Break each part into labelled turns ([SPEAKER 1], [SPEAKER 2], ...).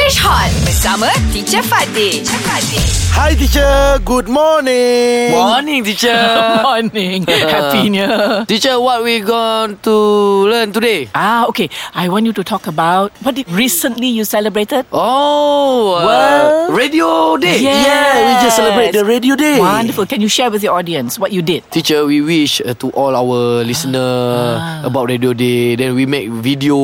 [SPEAKER 1] Fresh Hot bersama Teacher Fatih. Teacher Fatih.
[SPEAKER 2] Hi teacher, good morning.
[SPEAKER 3] Morning, teacher.
[SPEAKER 4] Morning. Happy New Year.
[SPEAKER 3] teacher, what we going to learn today?
[SPEAKER 4] Ah, okay. I want you to talk about what did recently you celebrated?
[SPEAKER 3] Oh, uh,
[SPEAKER 4] Well-
[SPEAKER 3] Radio Day.
[SPEAKER 4] Yes.
[SPEAKER 2] Yeah, we just celebrate the radio day.
[SPEAKER 4] Wonderful. Can you share with your audience what you did?
[SPEAKER 3] Teacher, we wish uh, to all our listener about Radio Day. Then we make video.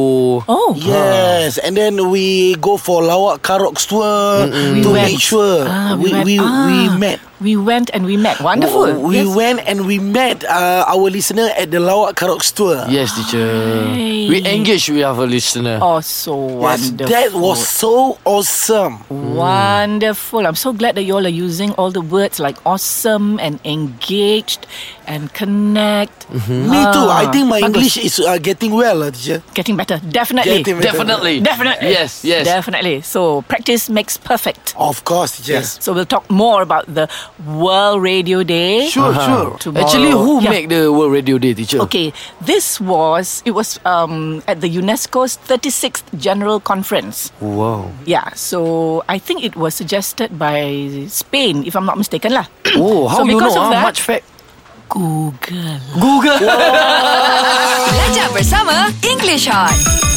[SPEAKER 4] Ah. Oh.
[SPEAKER 2] Yes, and then we go for lawak karaoke tour
[SPEAKER 4] We
[SPEAKER 2] to
[SPEAKER 4] went.
[SPEAKER 2] make sure
[SPEAKER 4] Ah,
[SPEAKER 2] we
[SPEAKER 4] went.
[SPEAKER 2] we, we
[SPEAKER 4] Ah,
[SPEAKER 2] met. Oh,
[SPEAKER 4] We went and we met. Wonderful.
[SPEAKER 2] We
[SPEAKER 4] Yes.
[SPEAKER 2] went and we met uh, our listener at the lawak karaoke tour.
[SPEAKER 3] Yes, teacher.
[SPEAKER 4] Hey.
[SPEAKER 3] We engage with our listener.
[SPEAKER 4] Oh, so
[SPEAKER 2] Yes,
[SPEAKER 4] wonderful.
[SPEAKER 2] that was so awesome.
[SPEAKER 4] wonderful. I'm so glad that you all are using all the words like awesome and engaged and connect.
[SPEAKER 2] Me too. I
[SPEAKER 4] Ah,
[SPEAKER 2] think my
[SPEAKER 4] bagus.
[SPEAKER 2] English is uh, getting well, uh, teacher.
[SPEAKER 4] Getting better. Definitely.
[SPEAKER 2] Getting better.
[SPEAKER 3] Definitely.
[SPEAKER 4] Definitely.
[SPEAKER 3] Yes, yes.
[SPEAKER 4] Definitely. So, practice makes perfect.
[SPEAKER 2] Of course, teacher. Yes.
[SPEAKER 4] So we'll talk more about the World Radio Day. Uh-huh.
[SPEAKER 2] Sure, sure.
[SPEAKER 4] Tomorrow.
[SPEAKER 3] Actually, who
[SPEAKER 4] Yeah.
[SPEAKER 3] make the World Radio Day, teacher?
[SPEAKER 4] Okay, this was it was um, at the UNESCO's 36th General Conference.
[SPEAKER 3] Wow.
[SPEAKER 4] Yeah, so I think it was suggested by Spain, if I'm not mistaken, lah.
[SPEAKER 3] Oh, how
[SPEAKER 4] So
[SPEAKER 3] you know
[SPEAKER 4] because
[SPEAKER 3] how
[SPEAKER 4] of that-
[SPEAKER 3] much fact?
[SPEAKER 4] Google.
[SPEAKER 3] Google.
[SPEAKER 1] Belajar bersama English Hot.